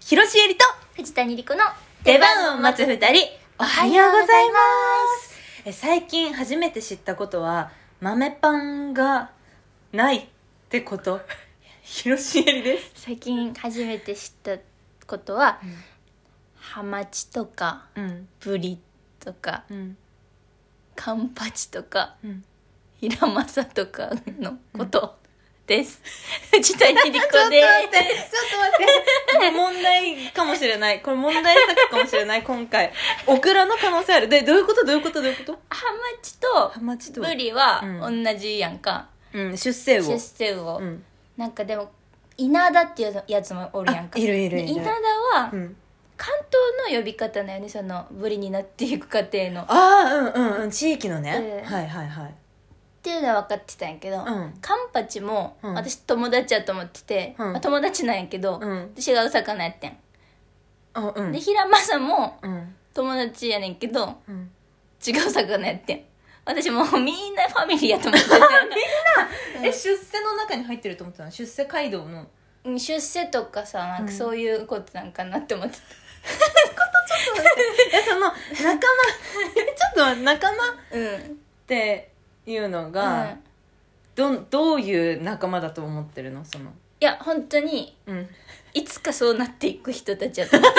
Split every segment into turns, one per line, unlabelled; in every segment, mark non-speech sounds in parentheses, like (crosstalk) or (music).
広しえりと
藤谷莉子の
出番を待つ二人おはようございますえ最近初めて知ったことは豆パンがないってこと広しえりです
最近初めて知ったことは、
ん
ハマチとか
うん
ブリとか
うん
カンパチとか
うん
ヒラマサとかのことです、藤谷莉
(laughs) ちょっ
子
と待
で
って、ちょっと待って。問題かもしれない。これ問題作かもしれない、今回。オクラの可能性ある。で、どういうことどういうことどういうこと
ハマチと
ハマチと。
ブリは
うん
同じやんか、
うん、出世魚
出世魚、
うん。
なんかでもイナダっていうやつもおるやんか
あいるいる
で
いる
イナダは
うん。
関東の呼び方だよねそのブリになっていく過程のっ
ああ、うんうんうん。地域のね
え。え
はいはいはい。
ていうのは分かってたんやけど、
うん
カンパチも
うん
私友達やと思ってて、
うん
まあ友達なんやけど、
うん。
私がお魚やってん、
あ、うん。
でヒラマサも
うん。
友達やねんけど
うん。
違う魚やってん私もうみんなファミリーやと思ってて
(laughs) え、出世の中に入ってると思ってたの出世街道の。
うん出世とかさなんかそういうことなんかなって思って、
え、その、仲間、 (laughs) えちょっと待って仲間った
うん
ていうの
う
が
ん、
ど、どういう仲間だと思ってるのその。
いや本当に
うん。
いつかそうなっていく人たちやと思って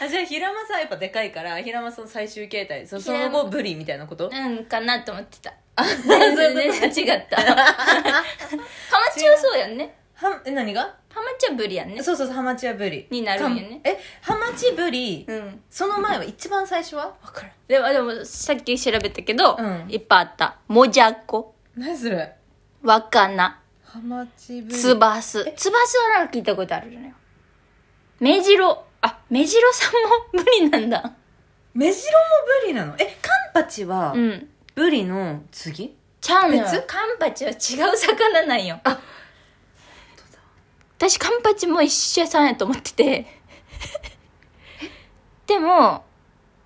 あじゃあ平間さんやっぱでかいから平間さんの最終形態そそ
平間
の後ブリみたいなこと
たうんかなと思
(laughs)
ってた
うい
全
うことね
然 (laughs) 違った
(laughs)
ハマチはそうやんね
はえ何が
ハマチはブリやんね
そうそうそうハマチはブリ
になるんよね
かえハマチブリ、
うん
その前は一番最初は
分からんでもでもさっき調べたけど、
うん
いっぱいあったもじゃこ
何それ
わかな
ハマチブリ
つばすつばすはなんか聞いたことあるのよメジロあメジロさんも無理なんだ
メジロもブリなのえカンパチは
うん
ブリの次、
ちゃうのよ
別
カンパチは違う魚なんよあ私カンパチも一緒さんやと思っててでも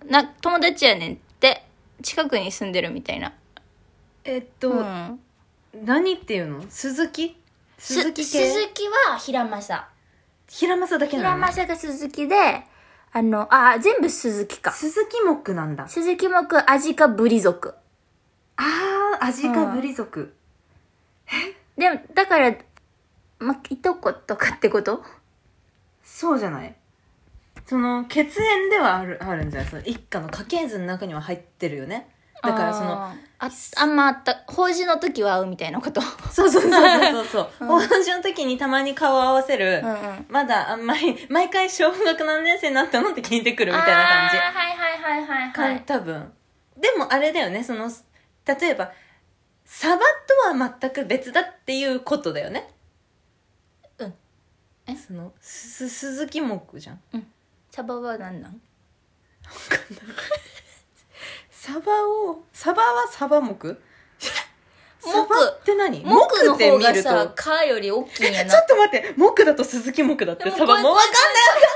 な友達やねんって近くに住んでるみたいな
えっと、
うん
何っていうの鈴木
す
鈴木系
鈴木は平正
平間さんだけな
平
の
正が鈴木であのあ全部鈴木か
鈴木木なんだ
鈴木もくアジかブリ族
あーアジカブリ族、
でもだからまいとことかってこと
そうじゃないその血縁ではあるあるんじゃないその一家の家系図の中には入ってるよねだからその
あーああんまあった法事の時は会うみたいなこと
そうそうそうそうそう
(laughs)
そうお話の時にたまに顔を合わせる、
うんうん
まだあんまり毎回小学何年生になったのって聞いてくるみたいな感じ
あーはいはいはい
か
はい
ん
はい
多分でもあれだよねその例えばサバとは全く別だっていうことだよね
うんえ
そのす鈴木木じゃん
サバは何なん
サバをサバはサバ (laughs) 木サバって何木
木の
って
方
見
が
ると
さ「か」より大きいんや
ちょ
な
っと待って木だと鈴木木だって
でも
サバも
こ
わ
れ
かんないわかんない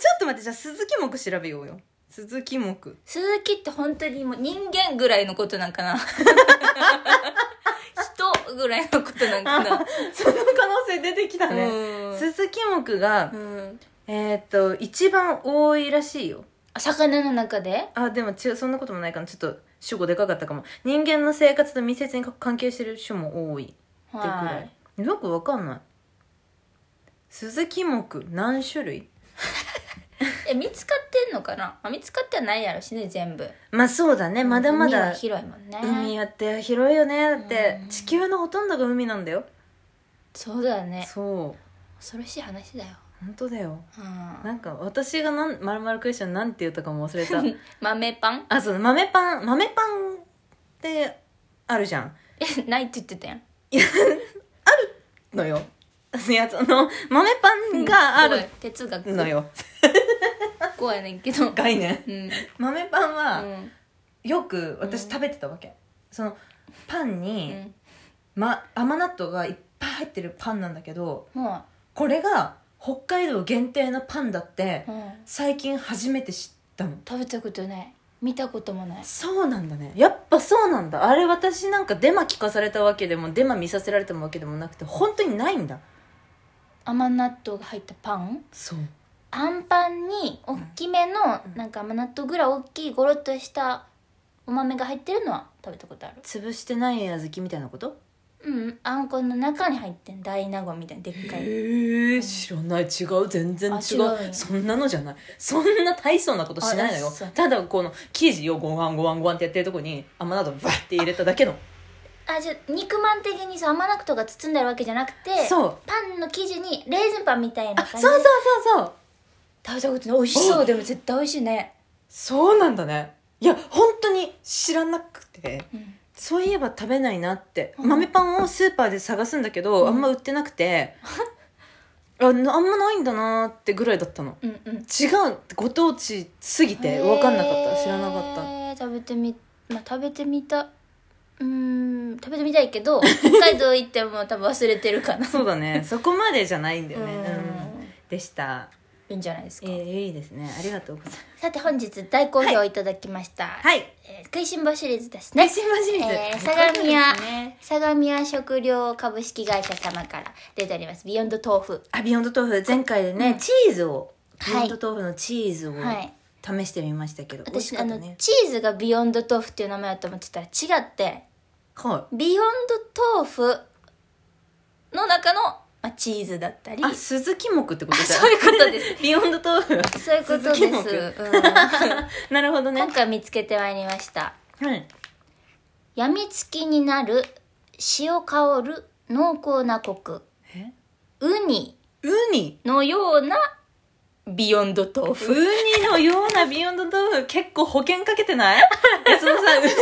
ちょっと待ってじゃあ鈴木木調べようよ鈴木木
鈴木って本当にもう人間ぐらいのことなん (laughs) かな人ぐらいのことなんかな
あその可能性出てきたね
う
鈴木木が
んうん
えーっと一番多いらしいよ
あ魚の中で
あでも違うそんなこともないかなちょっと主語でかかったかも人間の生活と密接に関係してる種も多いってくら
はい
よくわかんない鈴木木何種類
いえ見つかってんのかな、まあ、見つかってはないやろしね全部
まあそうだねまだま
海は
だ
広いもんね
海やって広いよねだって
うん
地球のほとんどが海なんだよ
そうだよね
そう
恐ろしい話だよ、
本当だよ
うん、
なんか私がなん「まるまるクエスチョン」なんて言うとかも忘れた (laughs)
豆パン (laughs)
あそう豆パン豆パンってあるじゃん
えないって言ってたやん
のよいやその豆パンがあ
す
る
ごい哲学
のよ
怖いねんけど
概念
うん、
豆パン
う
は
ん
よく私食べてたわけそのパン
う
に、
ん、
ま、甘納豆がいっぱい入ってるパンなんだけど
も
これが北海道限定のパンだって
う、うん、
最近初めて知ったの
食べたことない見たこともない
そうなんだねやっぱそうなんだあれ私なんかデマ聞かされたわけでもデマ見させられたわけでもなくて本当にないんだ
甘納豆が入ったパン
そう
あんパンに大きめの、
うん
なんか甘納豆ぐらい大きいゴロッとしたお豆が入ってるのは食べたことある
潰してない小豆みたいなこと
うんあんこの中に入ってん大納言みたいなでっかい
へえ知らない違う全然違
あ
う
違うんや
そんなのじゃないそんな大層なことしないの
あ
よ
そう
ただこの生地をごわんごわんごわんってやってるとこに甘納豆バッて入れただけの
あじゃあ肉まん的にさ甘納豆が包んであるわけじゃなくて
そう
パンの生地にレーズンパンみたいな
あそ
感
う
じ
そうそうそう
食べたことない美味しそうでも絶対美味しいね、
そうなんだねいや本当に知らなくて
うん、
そういえば食べないなって、
うん
豆パンをスーパーで探すんだけど、
うん
あんま売ってなくてあなあんまないんだなーってぐらいだったの
うんうん
違うご当地すぎて分かんなかった知らなかった
った食べてみまあ食べてみたうーん食べてみたいけど北海道行っても多分忘れてる (laughs) かな
そうだねそこまでじゃないんだよね、
うん
うんでした
いいんじゃないです
え
か、
ー、いいですねありがとうございます
さて本日大好評いただきました、
はい
えー食いしん坊シリーズですね
内心マシリーズ、
えー相模屋
ね
相模屋食料株式会社様から出ておりますビヨンド豆腐
あビヨンド豆腐前回でね、
うん
チーズをビヨンド豆腐のチーズを
はい
試してみましたけど、美味し
私、
か
あ
った
の
ね
チーズがビヨンド豆腐っていう名前だと思ってたら違って
は
ビヨンド豆腐の中の、まあ、チーズだったり
いあ鈴木木ってことだ
そういうことで
(laughs)
す
ビヨンド豆腐
そういうことで
鈴
す、
木
うん
木なるほ (laughs) どね
今回見つけてまいりました
はい
やみつきになる塩香る濃厚なコク
え
ウニ
ウニ
のようなビヨンド豆腐
ウニのようなビヨンド豆腐結構保険かけて
(laughs)
ないえそのさう (laughs) 結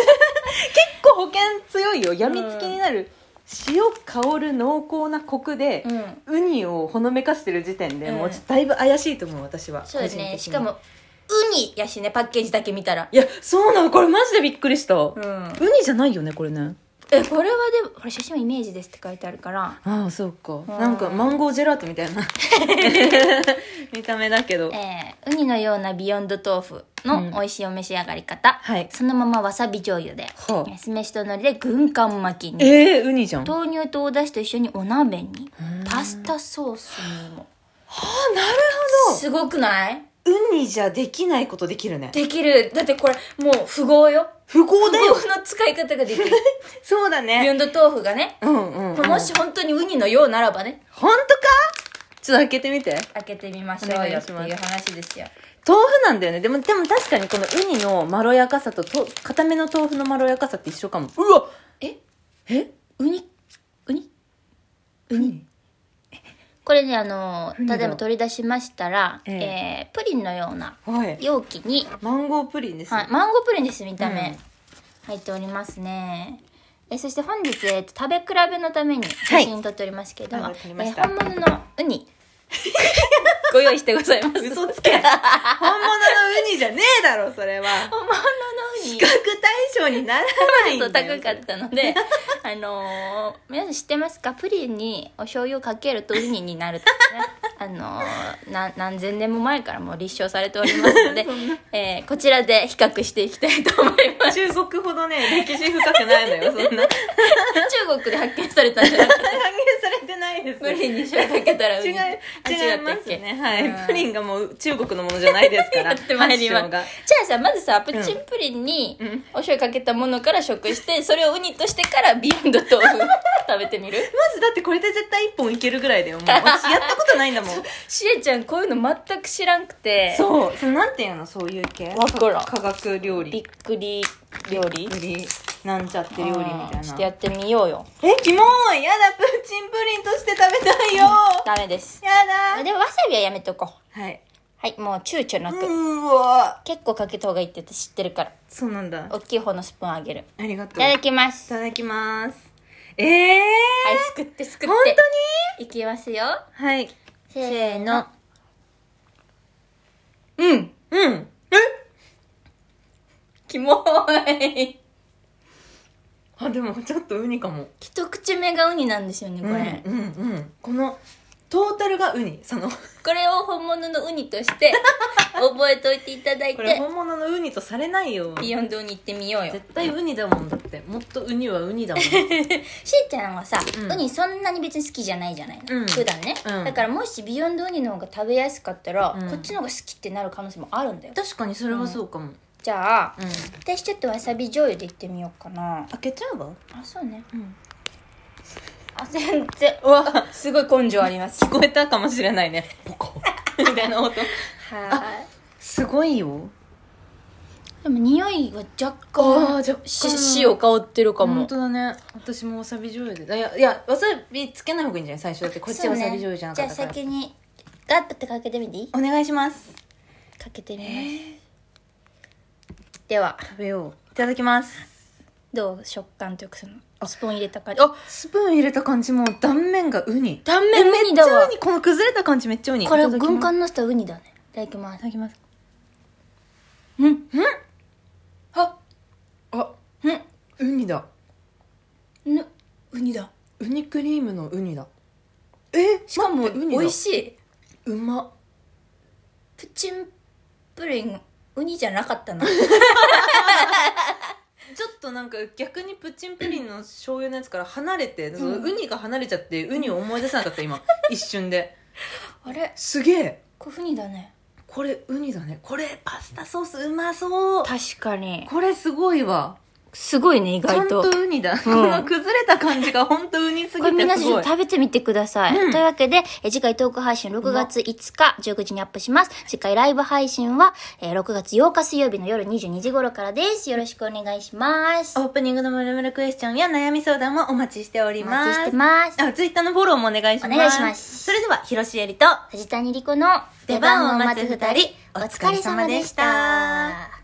構保険強いよやみつきになる、塩香る濃厚なコクで
う、ん
ウニをほのめかしてる時点で、
うん
もうちょっとだいぶ怪しいと思う私は
そうです
個人的
ね
に
しかもウニやしねパッケージだけ見たら
いやそうなのこれマジでびっくりした、
う
ウ
ん
ニじゃないよねこれね
えこれはでもこれ写真はイメージですって書いてあるから
ああそうか、
ん
なんかマンゴージェラートみた
(laughs)
いな見た目だけど
えーウニのようなビヨンド豆腐の美味しいお召し上がり方、
はい
そのままわさび醤油で、
はあ
酢飯と海苔で軍艦巻きに
えー、ウニじゃんあ
豆乳とお出汁と一緒にお鍋に
ん
パスタソースにも
あなる
すごくない
ほどウニじゃできないことできるね
できるだってこれもう富豪よ
不幸
富
だよ
豪の使い方がで (laughs) きる
そうだ
ビヨ
ね。
ンド豆腐がね
うんうん、うん。
もし本当にウニのようならばね
本当かちょっと開けてみて。
開けてみましょう
お願いし
よ
ま
っ
す
ていう話ですよ
豆腐なんだよね。でも、でも確かにこのウニのまろやかさとと、固めの豆腐のまろやかさって一緒かも。うわ
え
え
ウニウニ
ウニ
これねあの
ウニ
例
だ
えば取り出しましたら、
え
え
え
ープリンのような
はい。
容器に、
マンゴープリンです。
はい、マンゴープリンです見た目、
うん
入っておりますねえそして本日、えっと、食べ比べのために
は
写
い
真撮っておりますけれども、
はいわかりま
え
し
ー
た
本物のウニ (laughs) ご用意してございます
嘘つ (laughs) け。本物のウニじゃねえだろ、それは。
本物のウニ
比較対象にならないん
ちょっと
だよ。
高かったので (laughs) あのー皆さん知ってますかプリンにお醤油をかけるとウニになると (laughs) かねあのーな何千年も前からもう立証されておりますの (laughs) でえーこちらで比較していきたいと思います
中国ほどね、歴史深くないのよ、そんな。
中国で発見されたんじゃなくて
還元されてないです。
プリンに醤油かけたらウニ
違う
あ
違い
った
ま
っ
す
け
ねはい、
うん
プリンがもう中国のものじゃないですか (laughs) ら
やってまいりま
発祥
す
が
じゃあさまずさプチンプリンに
うん
お醤油かけたものから食してそれをウニとしてからビヨンド豆腐食べてみる
まずだってこれで絶対一本いけるぐらいだよもう私やったことないんだ (laughs) もん
しえちゃんこういうの全く知らんくて
そうそれなんていうのそういう系
わからん
科学料
び
理
っくり料
び
理
っくりなんちゃって料理み
う
た
ん
い
ちょ
な
っとやってみようよ
えキモいやだプチンプリンとして食べたいよ
ダメです
(laughs) やだ
でもわさびはやめとこう
はい
はいもう躊躇な
う
く、
ーわ
結構かけた方がいいって私知ってるから
そうなんだ
大きい方のスプーンあげる
ありがと
いうただ
い
きます
ただきますえー、
はいすくってすくって
本当に
いきますよ
はい
せーの
うんうんえ
キモい
あでもちょっとウニかも
一口目がウニなんですよねこれ、
うんうんうんこのトータルれがウニそのこ
これを本物のウニとして覚えておいていただい
れ
て
本物のウニとされないよ
ビヨンドウに行ってみようよ
絶対ウニだもんだってもっとウニはウニだもん
しーちゃんはさ、
うん
ウニそんなに別に好きじゃないじゃないの、
うん
普段ね、
うん
だからもしビヨンドウニの方が食べやすかったら、
うん
こっちの方が好きってなる可能性もあるんだよ
(laughs) 確かにそれはそうかも、
じゃあ
うん
私ちょっとわさび醤油でいってみようかな
開けちゃうわ
あそうね
うん
あ全然
うわ
すごい根性あります
聞こえたかもしれないねポコ (laughs) みたいな音
はい
すごいよ
でも匂いが若
あー
干
若干
し塩香ってるかも
本当だね私もわさび醤油でいやいやわさびつけない方がいいんじゃない最初だってこっち
そう
わ
ね
さび醤油じゃなかったから、
じゃあ先にガッとかけてみていい
お願いします
かけてみます、では
食べよういただきます
どう食感というかそのスプーン入れた感じあ
スプーン入れた感じも断面がウニ
断面ウニだ
めっちゃ
わ
ウニこの崩れた感じめっちゃウニ
これ
いただきます
軍艦の下ウニだねいただきま
い
す
ただきます
うんうん
ああウニだ
うんウニだ
ウニクリームのウニだえ
しかも
待ってウニ
美
だ
味しいう
ま
プチンプリンウニじゃなかったな
ちょっとなんか逆にプチンプリンの醤油のやつから離れて、その
うん
ウニが離れちゃってウニを思い出せなかった (laughs) 今一瞬で
(laughs) あれ
すげえ
これウニだね
これウニだねこれパスタソースうまそう
確かに
これすごいわ
すごいね意
ちゃ
外
んと
と
ウニだ、この (laughs) 崩れた感じが本当ウニす
こ
ぎ
れみんな
て
ち
す
ょ
ご
っ
い
と食べてみてください。
うん
というわけで、え次回トーク配信6月5日19時にアップします。次回ライブ配信は、えー6月8日水曜日の夜22時頃からです。よろしくお願いします。
オープニングのムルムルクエスチョンや悩み相談もお待ちしており
お
ます
待ちしてます。
あツイッターのフォローもお願いします
お願いします
それでは広瀬えりと
藤谷莉子の
出番を待つ二人お疲れ様でした